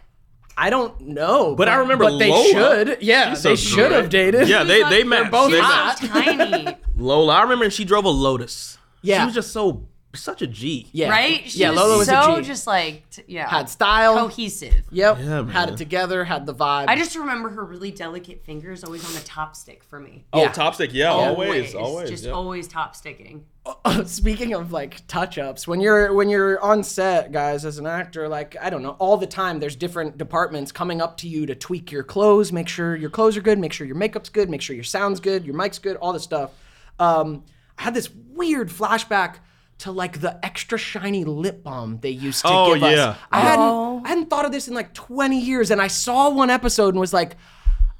A: I don't know,
B: But I remember
A: But they
B: Lola.
A: should, yeah,
B: She's so
A: they should have
B: great.
A: dated.
B: Yeah, they they matched.
A: both
B: they
A: hot.
B: matched.
C: So Ah, tiny,
B: Lola, I remember she drove a Lotus.
A: Yeah.
B: she was just so such a G.
A: yeah,
C: right? She
A: yeah,
C: was
A: Lola was
C: so
A: a G.
C: just like t- yeah,
A: had style.
C: Oh. cohesive.
A: Yep.
B: Yeah,
A: had
B: man.
A: it together, had the vibe.
C: I just remember her really delicate fingers always on the top stick for me.
B: Oh,
A: Yeah.
B: Topstick, yeah, always, always.
C: just
B: yeah.
C: always top sticking.
A: speaking of like touch ups, when you're when you're on set, guys, as an actor, like I don't know, all the time there's different departments coming up to you to tweak your clothes, make sure your clothes are good, make sure your makeup's good, make sure your sound's good, your mic's good, all this stuff. Um, I had this weird flashback to like the extra shiny lip balm they used to
B: Oh,
A: give
B: yeah.
A: us. I hadn't I hadn't thought of this in like 20 years, and I saw one episode and was like,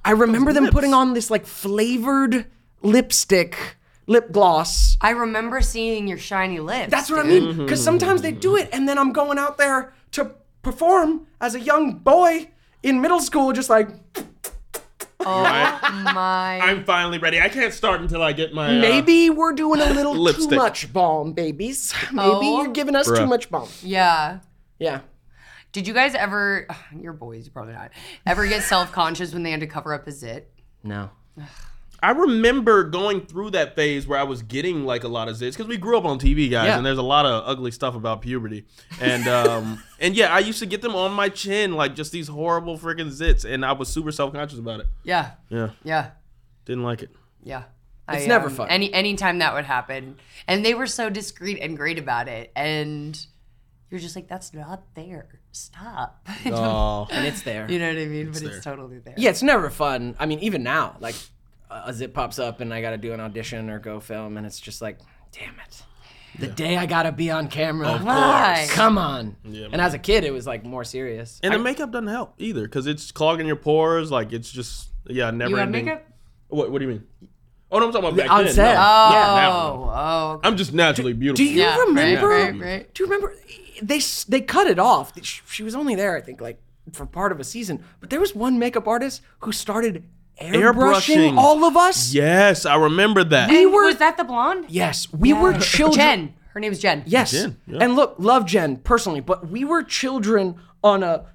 A: I remember them putting on this like flavored lipstick, lip gloss.
C: I remember seeing your shiny lips.
A: That's what I mean.
B: Mm-hmm.
A: Because sometimes they do it, and then I'm going out there to perform as a young boy in middle school, just like
C: Oh my
B: I'm finally ready. I can't start until I get my uh,
A: maybe we're doing a little too
B: Lipstick.
A: much balm, babies. Maybe
C: Oh.
A: you're giving us too
B: Bruh.
A: much balm.
C: Yeah.
A: Yeah.
C: Did you guys ever, ugh, your boys, probably not, ever get self conscious when they had to cover up a zit?
A: No.
B: I remember going through that phase where I was getting like a lot of zits because we grew up on TV, guys,
A: Yeah.
B: and there's a lot of ugly stuff about puberty, and um, and yeah, I used to get them on my chin, like just these horrible freaking zits, and I was super self conscious about it.
C: Yeah.
B: Yeah,
C: Yeah.
B: didn't like it.
C: Yeah. um,
A: It's never fun.
C: Any anytime that would happen. And they were so discreet and great about it. And you're just like, that's not there. Stop.
B: Oh,
A: And it's there.
C: you know what I mean? but it's totally there.
A: Yeah, it's never fun. I mean, even now, like a a zip pops up and I got to do an audition or go film, and it's just like, damn it. The day I got to be on camera.
C: Why?
A: Come on. and as a kid, it was like more serious.
B: and the makeup doesn't help either because it's clogging your pores. Like it's just yeah, never
C: You have
B: ending.
C: makeup?
B: What What do you mean? Oh, no, I'm talking about back
A: on
B: then.
A: set.
B: No.
C: Oh,
B: Not now.
C: oh.
B: I'm just naturally beautiful.
A: Do you
C: Yeah, right,
A: remember?
C: right, right.
A: Do you remember? They s- they cut it off. She, she was only there, I think, like for part of a season. But there was one makeup artist who started airbrushing,
B: Airbrushing.
A: all of us.
B: Yes, I remember that.
C: we were, was that the blonde?
A: Yes, we were children.
C: Oh, Jen. Her name's Jen.
A: Yes.
B: Jen, yeah.
A: And look, love Jen personally, but we were children on a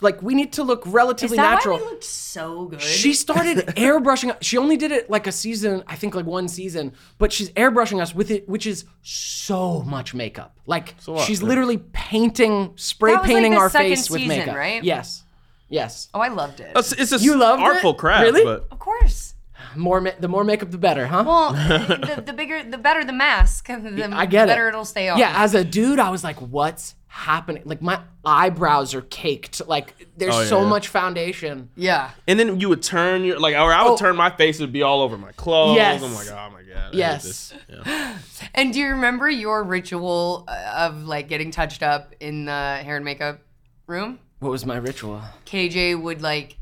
A: like we need to look
C: Is
A: relatively
C: that
A: natural.
C: why we looked so good?
A: She started airbrushing. She only did it like a season, I think like one season, but she's airbrushing us with it, which is so much makeup. Like
B: lot,
A: she's
B: yeah.
A: literally painting, spray
C: That was, like,
A: painting
C: the
A: our
C: second
A: face with
C: season,
A: makeup.
C: right?
A: Yes. Yes.
C: oh, I loved it.
B: It's, it's just
A: You loved
B: artful
A: it?
B: craft.
A: Really?
B: But
C: of course.
A: More ma- the more makeup the better, huh?
C: Well, the, the bigger, the better the mask, the
A: I get it.
C: better it'll stay on.
A: Yeah, as a dude, I was like, what's happening? Like my eyebrows are caked. Like there's
B: Oh, yeah,
A: so
B: yeah.
A: much foundation.
C: Yeah.
B: And then you would turn your like, or I would
A: Oh.
B: turn my face. It'd be all over my clothes.
A: Yes.
B: I'm like, oh my god. I hate
A: Yes.
B: this." Yeah.
C: And do you remember your ritual uh, of like getting touched up in the hair and makeup room?
A: What was my ritual?
C: KJ would like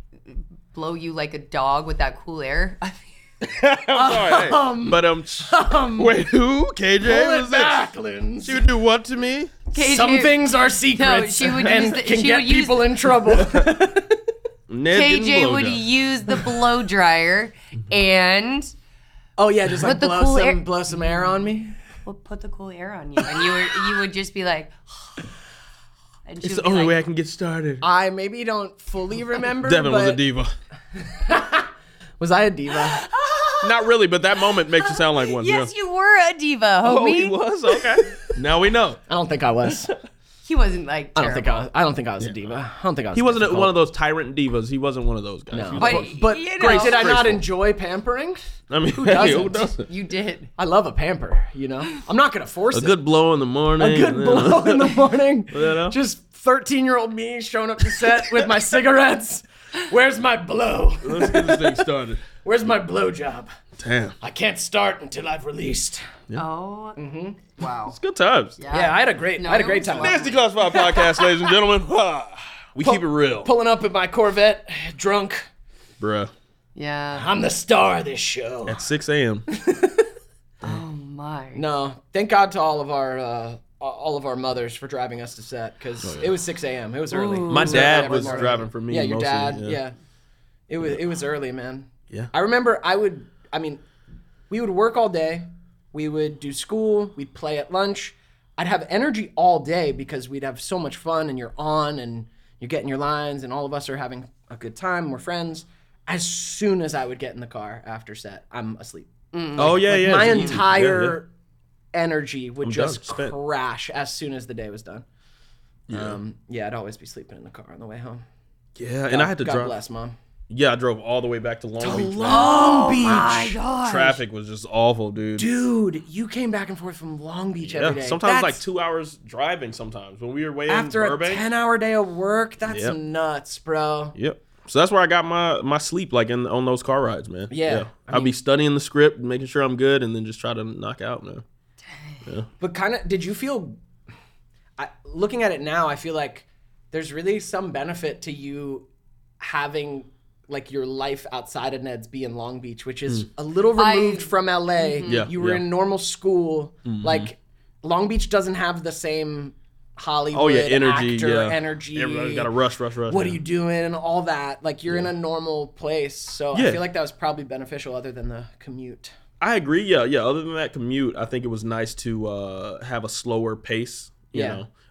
C: blow you like a dog with that cool air.
B: I'm sorry. hey. but um, wait, who? KJ was
A: back,
B: that?
A: Linz.
B: She would do what to me?
C: KJ,
A: Some things are secrets
C: she would
A: and
C: use the-
A: can
C: she
A: get
C: would use
A: people in trouble.
B: Ned getting
C: KJ would
B: blowjob.
C: use the blow dryer and
A: oh yeah, just like
C: But the
A: blow
C: cool
A: some
C: air-
A: blow some air on me.
D: We'll put the cool air on you.
C: and you were you would just be like and she
B: It's
C: would
B: the
C: be
B: only
C: like,
B: way I can get started.
A: I maybe don't fully remember.
B: Devin was a
A: but-
B: diva.
A: Was I a diva?
B: Not really, but that moment makes you sound like one.
D: Yes,
B: yeah.
D: you were a diva, homie.
B: Oh, he was okay. now we know
A: I don't think I was.
C: he wasn't like
A: I
C: terrible.
A: don't think I was. I don't think I was a diva. I don't think I was.
B: he wasn't
A: difficult.
B: one of those tyrant divas. He wasn't one of those guys. He was-
C: But,
A: But
C: you know,
A: great, did I not
B: graceful.
A: enjoy pampering?
B: I mean, who doesn't?
A: doesn't?
C: you did.
A: I love a pamper. You know, I'm not gonna force
B: A
A: it.
B: good blow in the morning.
A: A good
B: and then-
A: blow in the morning.
B: know?
A: Just 13 year old me showing up to set with my cigarettes. Where's my blow?
B: Let's get this thing started.
A: Where's my blow job?
B: Damn,
A: I can't start until I've released.
C: Oh, wow.
B: it's good times.
A: Yeah, I had a great, I had a great time.
B: Nasty Classified Podcast, ladies and gentlemen. Ah, We keep it real,
A: Pulling up in my Corvette, drunk.
B: bruh.
C: Yeah.
A: I'm the star of this show.
B: At 6 a.m.
C: My.
A: No, thank God to all of our uh, all of our mothers for driving us to set because it was 6 a.m. It was early.
B: Oh, My
A: It early
B: dad
A: every
B: was
A: morning.
B: driving for me.
A: Yeah, your
B: mostly,
A: dad. Yeah. it was it was early, man.
B: Yeah.
A: I remember I would. I mean, we would work all day. We would do school. We'd play at lunch. I'd have energy all day because we'd have so much fun, and you're on, and you're getting your lines, and all of us are having a good time. We're friends. As soon as I would get in the car after set, I'm asleep
B: Oh yeah, yeah.
A: Mm. my
B: it's easy.
A: entire
B: Yeah, yeah.
A: energy would
B: I'm
A: just
B: done, spent.
A: crash as soon as the day was done. Um, yeah, I'd always be sleeping in the car on the way home.
B: Yeah, and I had to
A: God
B: drive.
A: bless, mom. Oh
B: Yeah, I drove all the way back to Long Beach.
A: Long Beach,
B: Traffic was just awful, dude.
A: dude, you came back and forth from Long Beach
B: yeah,
A: every day.
B: sometimes
A: That's-
B: like two hours driving. Sometimes when we were way
A: after
B: in
A: a
B: Burbank.
A: ten-hour day of work. That's
B: Yep.
A: nuts, bro.
B: Yep. So that's where I got my my sleep, like in on those car rides, man.
A: Yeah.
B: I'll be studying the script, making sure I'm good, and then just try to knock out, man.
A: But kind of, did you feel? I, looking at it now, I feel like there's really some benefit to you having like your life outside of Ned's be in Long Beach, which is a little removed from LA.
B: Mm-hmm. Yeah,
A: you were
B: yeah. Mm-hmm.
A: in normal school. Like Long Beach doesn't have the same Hollywood
B: Oh yeah, energy,
A: actor
B: yeah,
A: energy.
B: Everybody's got to rush, rush, rush.
A: What
B: yeah.
A: are you doing and all that? Like you're in a normal place, so I
B: Yeah.
A: feel like that was probably beneficial, other than the commute.
B: I agree. Yeah, yeah. Other than that commute, I think it was nice to uh, have a slower pace. You
A: Yeah.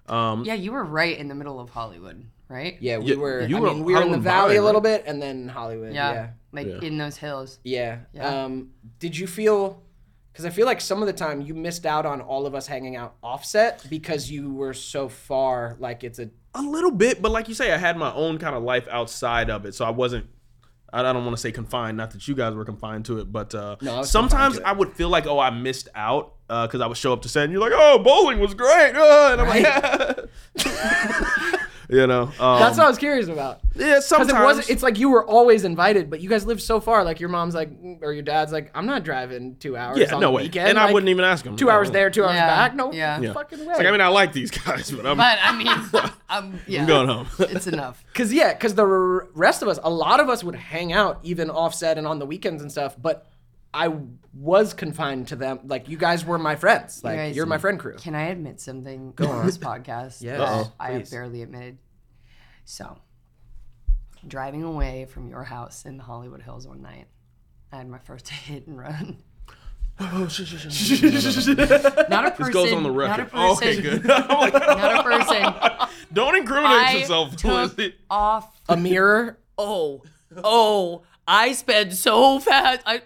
B: know, um,
C: Yeah, you were right in the middle of Hollywood, right?
A: Yeah, we
B: Yeah,
A: were.
B: you
A: I
B: were
A: mean, we were in the
B: Hollywood
A: Valley a
B: Valley,
A: little bit, and then Hollywood.
C: Yeah.
A: Yeah,
C: Like
B: Yeah.
C: in those hills.
A: yeah.
C: Yeah.
A: Um, did you feel? Because I feel like some of the time you missed out on all of us hanging out offset because you were so far. Like it's a
B: a little bit, but like you say, I had my own kind of life outside of it, so I wasn't. I I don't want to say confined. Not that you guys were confined to it, but uh,
A: No, I was confined
B: sometimes
A: to it.
B: I would feel like, oh, I missed out because I would show up to set and you're like, oh, bowling was great, uh, and I'm like, you know, um,
A: that's what I was curious about.
B: yeah. Sometimes
A: Because it wasn't. It's like you were always invited, but you guys lived so far. Like your mom's like, mm, or your dad's like, I'm not driving two hours.
B: yeah,
A: on
B: no
A: the
B: way,
A: Weekend.
B: and I
A: Like,
B: wouldn't even ask them.
A: Two hours there, two hours
C: Yeah.
A: back. No
C: Yeah. Yeah.
A: fucking way.
B: It's like, I mean, I like these guys, but I'm,
C: But I mean, um, yeah,
B: I'm going home.
C: it's enough.
A: Cause yeah, cause the r- rest of us, a lot of us would hang out even offset and on the weekends and stuff. But I was confined to them. Like you guys were my friends. Like
C: guys-
A: you're my friend crew.
C: Can I admit something on this podcast?
A: Yes,
C: that
A: Uh-oh.
C: I have
A: please.
C: barely admitted. So, driving away from your house in the Hollywood Hills one night, I had my first hit and run. not a person.
B: This goes on the
C: Not a
B: record.
C: person.
B: Oh, okay, good. I'm like,
C: Not a person.
B: don't incriminate
C: I
B: yourself.
C: took off
A: A mirror.
C: oh, oh, I sped so fast. I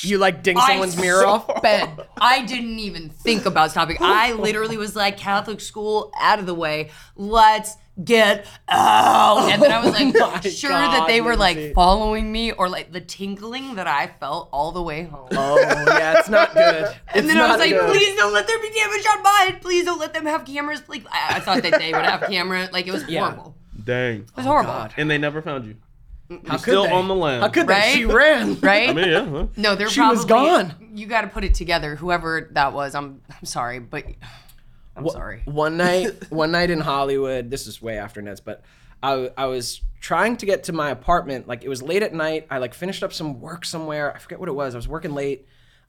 A: You like ding someone's mirror off?
C: Ben, I didn't even think about stopping. I literally was like, Catholic school out of the way. Let's get out. Oh And then I was like, sure that
A: God,
C: they were
A: Lindsay.
C: like following me or like the tinkling that I felt all the way home.
A: Oh yeah, it's not good.
C: and then I was like, please don't let there be damage on mine. Please don't let them have cameras. Please. I, I thought that they would have camera. Like it was horrible.
B: Dang.
C: It was horrible.
A: God.
B: And they never found you.
A: How could
B: Still
A: they?
B: on the lam.
A: How could they?
C: Right?
A: She ran.
C: Right?
B: I mean, yeah. Huh?
C: no, they're
A: She
C: probably
A: was gone.
C: You got to put it together, whoever that was. I'm I'm sorry, but I'm sorry.
A: One night, one night in Hollywood. This is way after Ned's, but I I was trying to get to my apartment. Like it was late at night. I like finished up some work somewhere. I forget what it was. I was working late.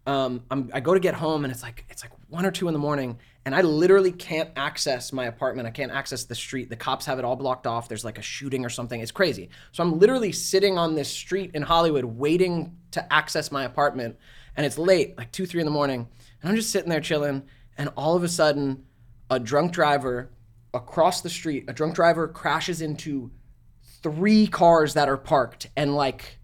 A: Um, I'm, I go to get home and it's like it's like one or two in the morning, and I literally can't access my apartment. I can't access the street. The cops have it all blocked off. There's like a shooting or something. It's crazy. So I'm literally sitting on this street in Hollywood waiting to access my apartment, and it's late, like two, three in the morning, and I'm just sitting there chilling. And all of a sudden, a drunk driver across the street, a drunk driver crashes into three cars that are parked and like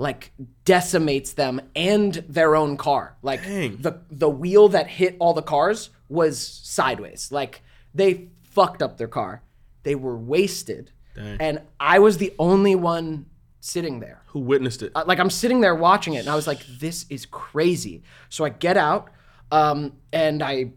A: like decimates them and their own car. Like the the wheel that hit all the cars was sideways. Like they fucked up their car. They were wasted. And I was the only one sitting there
B: Who witnessed it?
A: uh, like I'm sitting there watching it, and I was like, "This is crazy." So I get out, um, and I,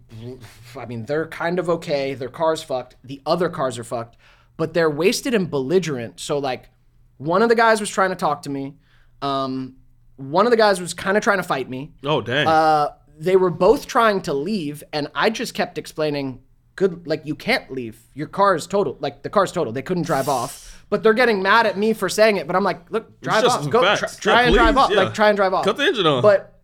A: I mean, they're kind of okay. Their car's fucked. The other cars are fucked, but they're wasted and belligerent. So like, one of the guys was trying to talk to me. Um, one of the guys was kind of trying to fight me.
B: oh, dang.
A: Uh, they were both trying to leave, and I just kept explaining, "Good, like you can't leave. Your car is total. Like the car's total. They couldn't drive off." But they're getting mad at me for saying it. But I'm like, "Look, drive
B: just
A: off.
B: some
A: Go try,
B: facts.
A: try
B: Yeah,
A: and drive
B: please,
A: off.
B: yeah.
A: Like try and drive off."
B: Cut the engine on.
A: But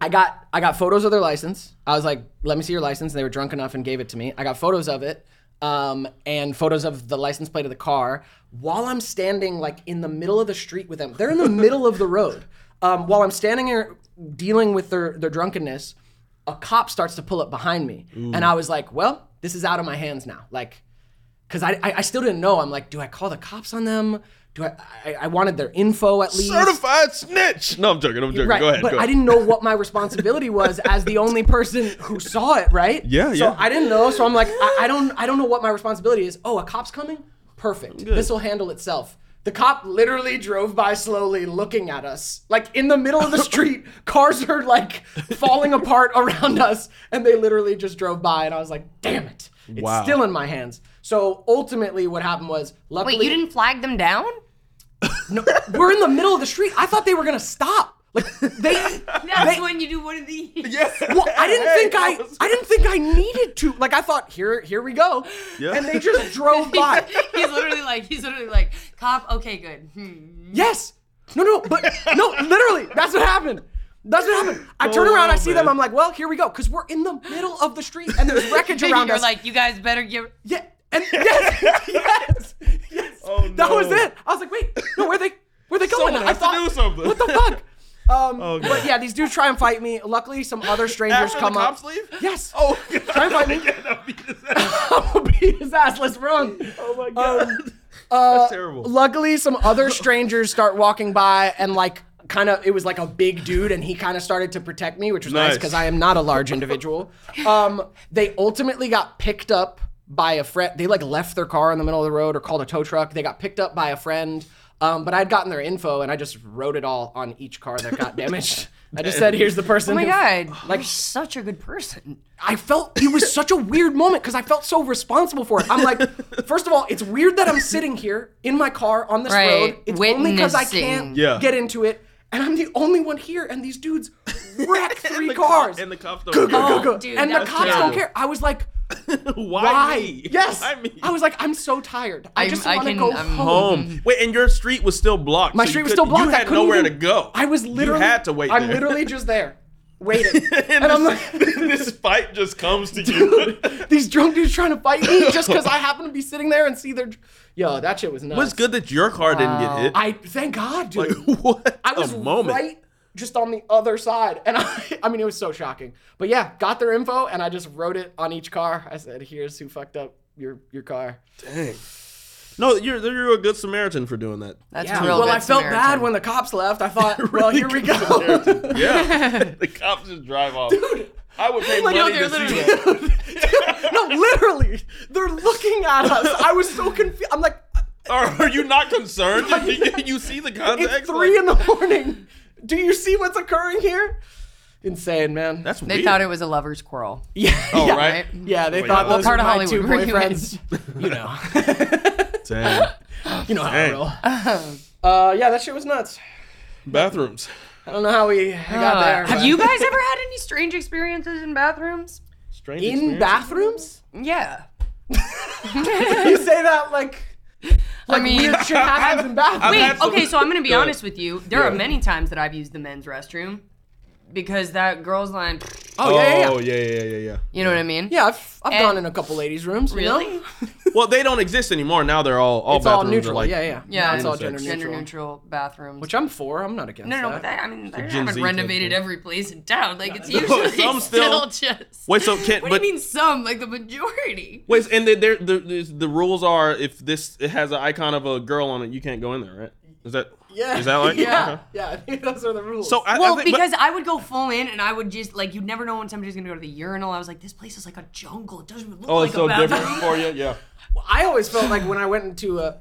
A: I got I got photos of their license. I was like, "Let me see your license." They were drunk enough and gave it to me. I got photos of it. Um, and photos of the license plate of the car while I'm standing like in the middle of the street with them. They're in the middle of the road. Um, while I'm standing here dealing with their their drunkenness, a cop starts to pull up behind me, and I was like, "Well, this is out of my hands now." Like, because I, I I still didn't know. I'm like, "Do I call the cops on them?" Do I, I, I wanted their info at least.
B: Certified snitch. No, I'm joking. I'm joking.
A: Right,
B: Go ahead.
A: but
B: go
A: I
B: ahead.
A: didn't know what my responsibility was as the only person who saw it, right?
B: Yeah,
A: so
B: yeah.
A: I didn't know, so I'm like, I, I don't, I don't know what my responsibility is. Oh, a cop's coming. Perfect. This will handle itself. The cop literally drove by slowly, looking at us, like in the middle of the street. cars are like falling apart around us, and they literally just drove by, and I was like, damn it, it's
B: Wow.
A: still in my hands. So ultimately, what happened was, luckily,
C: Wait, you didn't flag them down?
A: no, we're in the middle of the street. I thought they were gonna stop. Like they,
D: That's
A: they
D: when you do one of these.
A: well, I didn't think I, I didn't think I needed to. Like I thought, here, here we go.
B: Yeah.
A: And they just drove by.
C: he's literally like, he's literally like, cop, okay, good. Hmm.
A: yes. No, no, but no, literally, that's what happened. That's what happened. I turn around, I see them.
B: Oh, man.
A: I'm like, well, here we go, because we're in the middle of the street and there's wreckage around
C: You're Oh
A: us.
C: like, you guys better get.
A: yeah, and yes, yes, yes.
B: Oh,
A: That was
B: no.
A: it. I was like, wait, no, where they, where they going?
B: Someone
A: I
B: has to do something.
A: What the fuck? Um,
B: Oh, God.
A: but yeah, these dudes try and fight me. Luckily, some other strangers
B: After the
A: come up.
B: cops leave?
A: Yes.
B: Oh,
A: try and fight me. Uh, I'm gonna beat his ass. Let's run. Um,
B: Oh my god. That's terrible.
A: Luckily, some other strangers start walking by and like kind of it was like a big dude and he kind of started to protect me, which was nice
B: Nice.
A: because I am not a large individual. um, they ultimately got picked up by a friend. They like left their car in the middle of the road or called a tow truck. They got picked up by a friend. Um, but I'd gotten their info and I just wrote it all on each car that got damaged. I just said, "Here's the person."
C: Oh my
A: who-
C: God. Like, you're such a good person.
A: I felt it was such a weird moment because I felt so responsible for it. I'm like, first of all, it's weird that I'm sitting here in my car on this
C: Right,
A: road. It's only because I
C: witnessing.
A: can't
B: Yeah.
A: get into it, and I'm the only one here, and these dudes wreck three
B: the
A: cars.
B: Cop, and the cops don't.
A: Go, go,
B: care.
A: go, go.
C: Oh, dude,
A: and the
C: that's
A: cops don't
B: terrible.
A: care. I was like,
B: Why?
A: why?
B: me?
A: Yes.
B: Why me?
A: I was like, I'm so tired. I
C: I'm-
A: just
C: I
A: want to
C: can-
A: go
C: I'm
A: home.
B: home. Wait, and your street was still blocked.
A: My
B: so you
A: street was
B: could-
A: still blocked.
B: You
A: I
B: had
A: couldn't
B: nowhere
A: even-
B: to go.
A: I was literally.
B: You had to wait.
A: I'm
B: there.
A: literally just there, waiting.
B: and,
A: I'm
B: this,
A: like-
B: this fight just comes to you.
A: These drunk dudes trying to fight me just because I happen to be sitting there and see their. Yo, that shit was nuts.
B: What's good that your car didn't get hit?
A: I thank God, dude.
B: what?
A: I was
B: a moment.
A: right just on the other side, and I, I mean, it was so shocking. But yeah, got their info, and I just wrote it on each car. I said, "Here's who fucked up your your car."
B: Dang. No, you're you're a good Samaritan for doing that.
C: That's
A: Yeah.
C: real.
A: Well,
C: good
A: I felt
C: Samaritan.
A: bad when the cops left. I thought, well, here we go.
B: Samaritan. Yeah, the cops just drive off. Dude, I would pay
C: Like, no,
B: money
C: they're
B: to see
C: literally-
B: that.
A: no, literally, they're looking at us. I was so confused. I'm like,
B: Are, are you not concerned? you, you see the context?
A: it's three
B: Like,
A: in the morning. Do you see what's occurring here? Insane, man.
B: that's
C: They
B: weird.
C: thought it was a lover's quarrel.
A: yeah,
B: Oh,
A: yeah,
B: right.
A: Yeah, they
B: Wait,
A: thought
B: what
A: those
C: part
A: were
C: of
A: my
C: Hollywood
A: two
C: were you in?
A: boyfriends. You know,
B: Dang.
A: you know how
B: Dang.
A: I roll. Uh, yeah, that shit was nuts.
B: Bathrooms.
A: I don't know how we got
C: Uh,
A: there.
C: have
A: but-
C: you guys ever had any strange experiences in bathrooms?
B: Strange
A: in
B: experience.
A: bathrooms?
C: Yeah.
A: you say that like, like
C: mean-
A: weird shit happens in bathrooms.
C: Wait,
B: That's the-
C: okay, so I'm gonna be
B: Go ahead.
C: honest with you. There are many times that I've used the men's restroom because that girls' line.
A: oh yeah, yeah,
B: Oh
A: yeah.
B: yeah, yeah, yeah, yeah.
C: You know what I mean?
A: Yeah, I've, I've
C: And-
A: gone in a couple ladies' rooms. you know?
C: Really?
B: Well, they don't exist anymore. Now they're all all
A: It's all
B: bathrooms
A: neutral.
B: are like
A: yeah, yeah,
C: Yeah,
A: It's all
B: intersex.
A: gender neutral.
C: Gender neutral bathrooms.
A: Which I'm for. I'm not against
C: no, no,
A: that.
C: but that, I mean, they
B: Gen
C: haven't
B: Z type
C: renovated
B: thing.
C: every place in town. Like it's usually
B: some
C: some
B: still-
C: still, just.
B: Wait, so can
C: what
B: but
C: do you mean some? Like the majority.
B: wait, and the, there the, the the rules are if this it has an icon of a girl on it, you can't go in there, right? Is that
A: yeah.
B: Is that like
A: yeah,
B: Okay.
A: yeah. I think those are the rules.
B: So I, I
C: Well,
B: think, but-
C: because I would go full in and I would just like you'd never know when somebody's gonna go to the urinal. I was like, this place is like a jungle. It doesn't even look
B: oh,
C: like
B: it's
C: a
B: so
C: bathroom.
B: different for you. Yeah.
A: I always felt like when I went into a,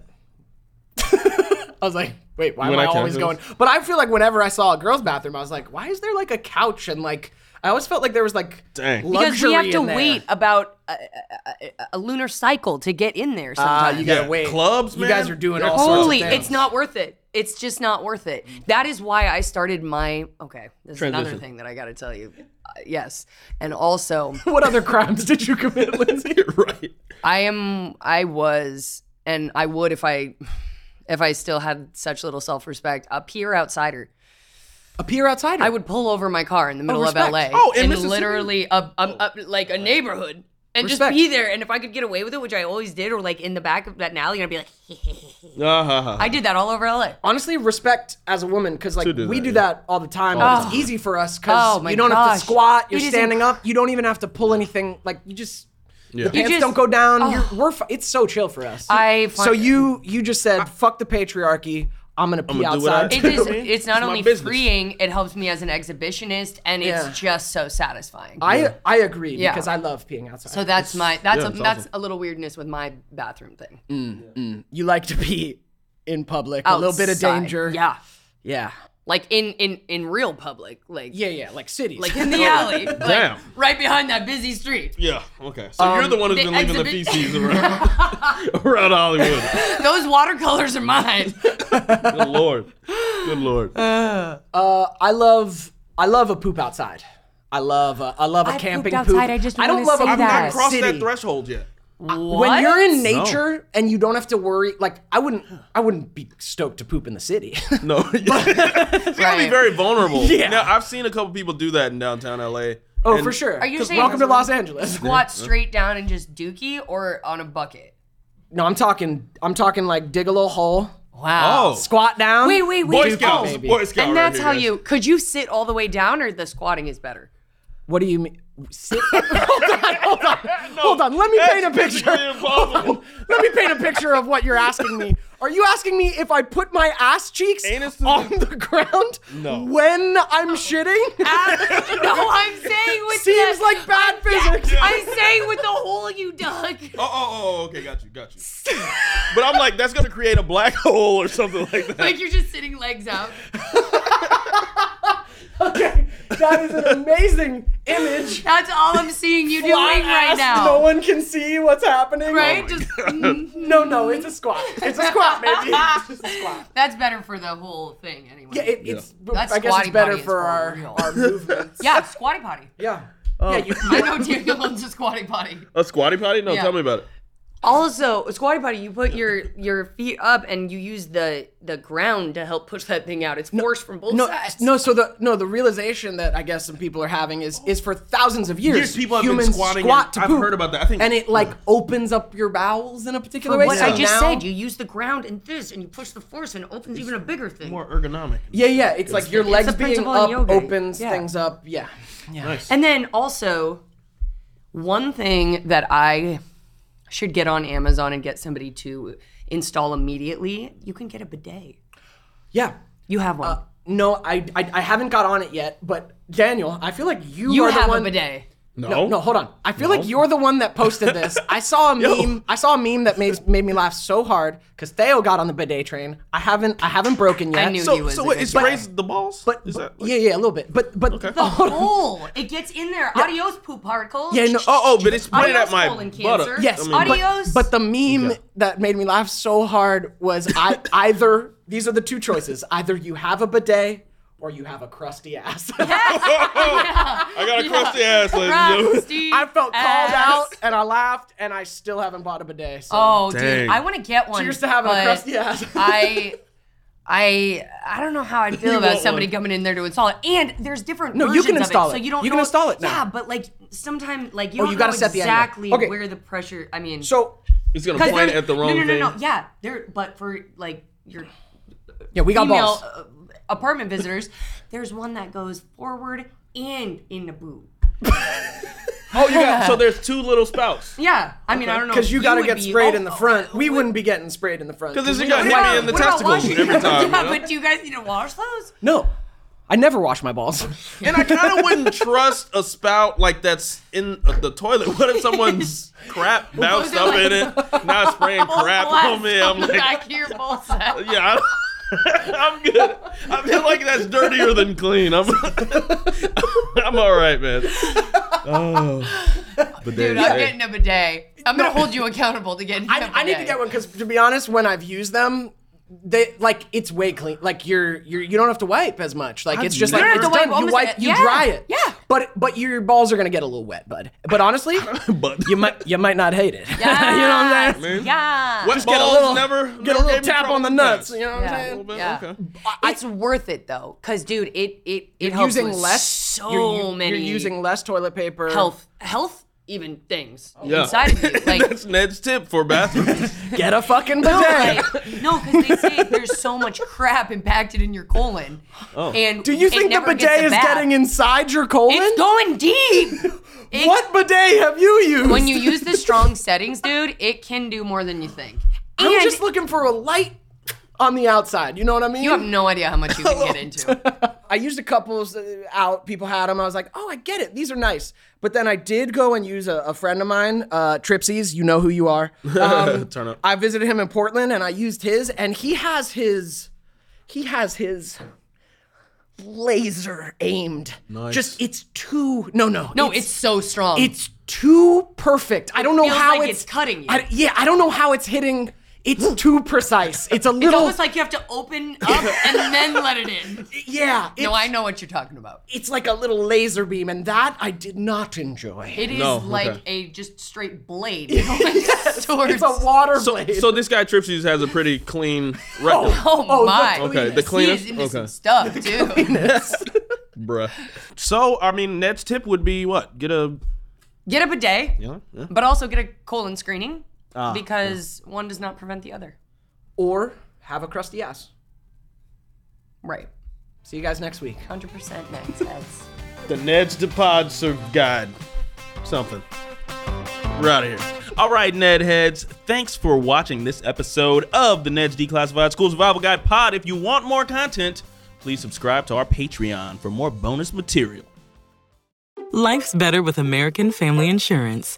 A: I was like, wait, why am
B: When
A: I,
B: I can't
A: always
B: do
A: going?
B: this.
A: But I feel like whenever I saw a girls' bathroom, I was like, why is there like a couch and like I always felt like there was like
B: Dang.
A: luxury
C: because we have to
A: in there.
C: wait about a, a- a- a lunar cycle to get in there
A: Ah,
C: sometimes.
A: you gotta
B: Yeah,
A: wait.
B: clubs,
A: You
B: man,
A: guys are doing
B: they're
A: all sorts of
C: Holy,
A: things.
C: it's not worth it. It's just not worth it. That is why I started my okay. This is another
B: Transition.
C: thing that I got to tell you. Uh, yes, and also
A: What other crimes did you commit, Lindsay?
B: right.
C: I am. I was, and I would if I, if I still had such little self respect. A peer outsider.
A: a peer outsider.
C: I would pull over my car in the middle of
A: respect.
C: LA.
B: Oh, in
C: and
B: Mississippi.
C: literally a, a,
B: Oh.
C: a- like a neighborhood. And
A: Respect.
C: just be there, and if I could get away with it, which I always did, or like in the back of that alley, and I'd be like,
B: Uh-huh.
C: I did that all over LA.
A: honestly respect as a woman because like
B: To do
A: we
B: that,
A: do
B: yeah.
A: that all the time but it's easy for us because
C: Oh, my
A: you don't have
C: gosh.
A: to squat you're
C: It is
A: standing up you don't even have to pull anything like you just the pants
C: just- Oh.
A: don't go down you're, we're fi- it's so chill for us
C: I
A: so
C: find-
A: you you just said fuck the patriarchy i'm gonna pee
B: I'ma do what I
A: outside
C: It
B: do.
C: is.
B: mean?
C: It's not
B: It's my
C: only
B: business.
C: freeing; it helps me as an exhibitionist, and
A: Yeah.
C: it's just so satisfying.
A: i i agree
C: Yeah.
A: because i love peeing outside
C: so that's my that's
B: yeah,
C: a,
B: it's
C: that's
B: awesome.
C: a little weirdness with my bathroom thing.
A: you like to pee in public a little bit of
C: Outside.
A: danger
C: Yeah,
A: yeah
C: like in in in real public, like
A: yeah yeah like cities
C: like in the alley, like
B: Damn.
C: right behind that busy street.
B: Yeah. Okay. So you're the one who's
C: Um, the
B: been leaving
C: exhibit-
B: the feces around around Hollywood.
C: Those watercolors are mine.
B: Good lord. Good lord.
A: I love I love a poop outside. I love a, I love a
D: I
A: camping
D: pooped
A: poop.
D: outside, I just
A: I don't
D: wanna
A: love
D: say
A: a poop
B: I've not
D: that.
A: outside.
B: crossed
A: city.
B: that threshold yet.
A: When you're in
B: No.
A: nature and you don't have to worry, like I wouldn't I wouldn't be stoked to poop in the city.
B: No. You're gonna be
C: Right.
B: very vulnerable.
A: Yeah.
B: Now I've seen a couple people do that in downtown LA.
A: oh,
B: and-
A: for sure.
C: Are you
A: 'Cause
C: saying-
A: welcome to Los Angeles?
C: Squat straight down and just dookie, or on a bucket.
A: No, I'm talking I'm talking like dig a little hole,
C: Wow.
B: Oh.
A: squat down.
C: Wait, wait, wait.
B: Boy Scouts.
A: baby.
B: Boy Scout
C: And
B: right
C: that's
B: here,
C: how
B: guys.
C: you could you sit all the way down, or the squatting is better.
A: What do you mean? Sit. hold on, hold on, hold on. Let me
B: That's
A: paint a picture.
B: physically impossible.
A: Let me paint a picture of what you're asking me. Are you asking me if I put my ass cheeks
B: Anus to the-
A: on the ground
B: No.
A: when I'm shitting?
C: no, I'm saying with
A: Seems
C: the,
A: like bad physics.
C: I'm saying with the hole you dug.
B: Oh, oh, oh, okay, got you, got you. but I'm like, that's gonna create a black hole or something like that.
C: Like you're just sitting legs out.
A: Okay, that is an amazing image.
C: That's all I'm seeing you doing
A: Flat
C: right
A: ass,
C: now.
A: No one can see what's happening.
B: Oh
C: right? just mm,
A: No, no, it's a squat. It's a squat, baby. It's just a squat.
C: that's better for the whole thing anyway.
A: Yeah, it, it's. I
C: That
A: guess it's
C: squatty
A: better
C: potty is
A: for
C: for
A: our
C: real.
A: our movements.
C: Yeah, squatty potty.
A: Yeah. Yeah, you,
C: I know Daniel owns a squatty potty.
B: a squatty potty? No,
C: Yeah.
B: tell me about it.
C: Also, a squatty potty, you put your your feet up and you use the the ground to help push that thing out. It's force from both
A: No,
C: sides.
A: no. So the no, the realization that I guess some people are having is is for thousands of years,
B: Years people have been
A: humans
B: squatting
A: squat
B: and-
A: to
B: I've
A: poop,
B: heard about that. I think-
A: and it like opens up your bowels in a particular
C: For
A: way.
C: what
A: So
C: I just
A: now-
C: said, you use the ground and this, and you push the force, and it opens even a bigger thing.
B: More ergonomic.
A: yeah, yeah. It's, like your
C: the
A: legs being
C: principle in
A: up
C: yoga.
A: opens
C: Yeah.
A: things up. Yeah, yeah.
B: Nice.
C: And then also, one thing that I should get on Amazon and get somebody to install immediately, you can get a bidet.
A: Yeah.
C: You have
A: Uh,
C: one.
A: No, I, I I haven't got on it yet, but Daniel, I feel like you,
D: You
A: are
D: have
A: the
D: a
A: one
D: bidet.
B: No.
A: No, no, hold on. I feel like you're the one that posted this. I saw a meme. I saw a meme that made made me laugh so hard because Theo got on the bidet train. I haven't I haven't broken yet.
C: I knew he
B: So,
C: was
B: so
C: a
B: what,
C: good
B: it
C: guy.
B: sprays the balls?
A: But,
B: Is
A: but-
B: that like-
A: yeah, yeah, a little bit. But but hold on.
D: Oh, it gets in there. Adios, poop particles.
A: Yeah, no.
B: Oh, oh, but it sprayed
D: Adios,
B: at my
D: colon
B: butt.
D: cancer.
A: Yes,
D: I mean-
A: but-
D: Adios.
A: But, the meme
B: Okay.
A: that made me laugh so hard was I either these are the two choices: either you have a bidet or you have a crusty ass.
B: oh, I got a crusty ass, ladies and gentlemen.
D: Rusty
A: I felt called
D: ass.
A: out and I laughed, and I still haven't bought a bidet. So
D: Oh,
B: Dang.
D: dude, I want to get one.
A: cheers to having a
C: but
A: crusty ass.
C: I I I don't know how I'd feel
B: You
C: about
B: want
C: somebody
B: one.
C: coming in there to install
D: install
C: it.
D: it. And there's different.
A: No, you
D: versions
A: can
D: of
A: install
D: it, so
A: it.
D: you don't.
A: You can
D: know-
A: install it now.
D: Yeah, but like sometimes, like you
A: Oh,
D: don't
A: you gotta
D: know
A: set the angle.
D: exactly
A: Okay.
D: where the pressure. I mean,
A: so
B: It's gonna
D: 'cause
B: point
D: there's-
B: at the wrong
D: no, no, no,
B: thing.
D: No, yeah, there. But for like your
A: yeah, we got
D: female
A: balls.
D: uh, apartment visitors, there's one that goes forward and in the boob.
B: Oh, you got so there's two little spouts.
D: Yeah, I mean,
C: Oh,
D: I don't know.
A: Because you
D: if
A: got to
D: would
A: get
D: be-
A: sprayed
D: oh,
A: in the
D: oh,
A: front.
D: oh,
A: We
D: what-
A: wouldn't be getting sprayed in the front.
B: Because it's
A: we
B: gonna
A: don't
B: hit
A: like-
B: me in the
D: What about
B: testicles
D: washing
B: every
D: them?
B: time.
D: Yeah,
B: you know?
D: but do you guys need to wash those?
A: No, I never wash my balls.
B: And I kind of wouldn't trust a spout like that's in uh, the toilet. What if someone's crap bounced
D: Well,
B: up
D: they're
B: in it? Not spraying crap
D: Blast
B: on me. "Oh,
D: on
B: I'm
D: the
B: like,
D: back of your ballsack.
B: yeah, I- I'm good. I feel like that's dirtier than clean. I'm, I'm all right, man. Oh, but
C: Dude, I'm getting a bidet. I'm gonna hold you accountable to getting.
A: I, I need to get one because, to be honest, when I've used them, they like it's way clean. Like you're you're you don't have to wipe as much. Like it's just like
B: never-
A: it's
B: You don't have
D: to wipe
A: done. You
D: almost
A: wipe,
D: like-
A: you
D: yeah,
A: dry it.
D: yeah.
A: But but your balls are gonna get a little wet, bud. But honestly,
B: But-
A: you might you might not hate it. you know what I'm saying?
B: Man.
D: Yeah.
B: Wet
A: get a
B: balls
A: little-
B: never
A: Get
B: never
A: a little
B: gave me
A: tap on
B: problems.
A: the nuts. You know what
C: Yeah.
A: I'm
B: A little
A: saying?
B: bit,
C: Yeah.
B: okay.
C: It's worth it though, cause dude, it it it helps
A: using
C: with
A: less-
C: So
A: You're, u-
C: many.
A: you're using less toilet paper.
C: health health even things
B: Oh. Yeah.
C: inside of you. Like
B: That's Ned's tip for bathrooms.
A: Get a fucking bidet.
C: no, because they say there's so much crap impacted in your colon. Oh. And
A: Do you think the bidet is getting inside your colon?
C: It's going deep. It-
A: what bidet have you used?
C: When you use the strong settings, dude, it can do more than you think.
A: I'm
C: and-
A: just looking for a light on the outside. You know what I mean?
C: You have no idea how much you can get into.
A: I used a couple uh, out. People had them. I was like, oh, I get it. These are nice. But then I did go and use a, a friend of mine, uh, Tripsies. You know who you are. Um,
B: Turn up.
A: I visited him in Portland and I used his, and he has his, he has his laser aimed.
B: Nice.
A: Just it's too no no
C: No, it's so strong.
A: it's too perfect. I don't know
C: feels
A: how
C: like
A: it's,
C: it's cutting you.
A: I, yeah, I don't know how it's hitting. It's too precise. It's a
D: It's
A: little.
D: almost like you have to open up and then let it in.
A: yeah, it's,
C: no, I know what you're talking about.
A: it's like a little laser beam, and that I did not enjoy.
C: It is
B: No,
C: like
B: okay.
C: a just straight blade going towards.
A: it's a water
B: So,
A: blade.
B: so this guy Tripsies has a pretty clean rectum,
C: oh,
A: Oh, the
C: my!
B: Okay, the
C: He
B: cleanest-
C: is into
B: okay.
C: some stuff too.
B: bruh. So I mean, Ned's tip would be what? Get a
C: Get a bidet.
B: yeah, yeah. Ah,
C: but also get a colon screening because one does not prevent the other.
A: or have a crusty ass.
C: Right.
A: See you guys next week.
C: 100% next. That's.
B: the Ned's Depod Sir God. Something. We're out of here. All right, Ned heads. Thanks for watching this episode of the Ned's Declassified School Survival Guide Pod. If you want more content, please subscribe to our Patreon for more bonus material.
E: Life's better with American Family Insurance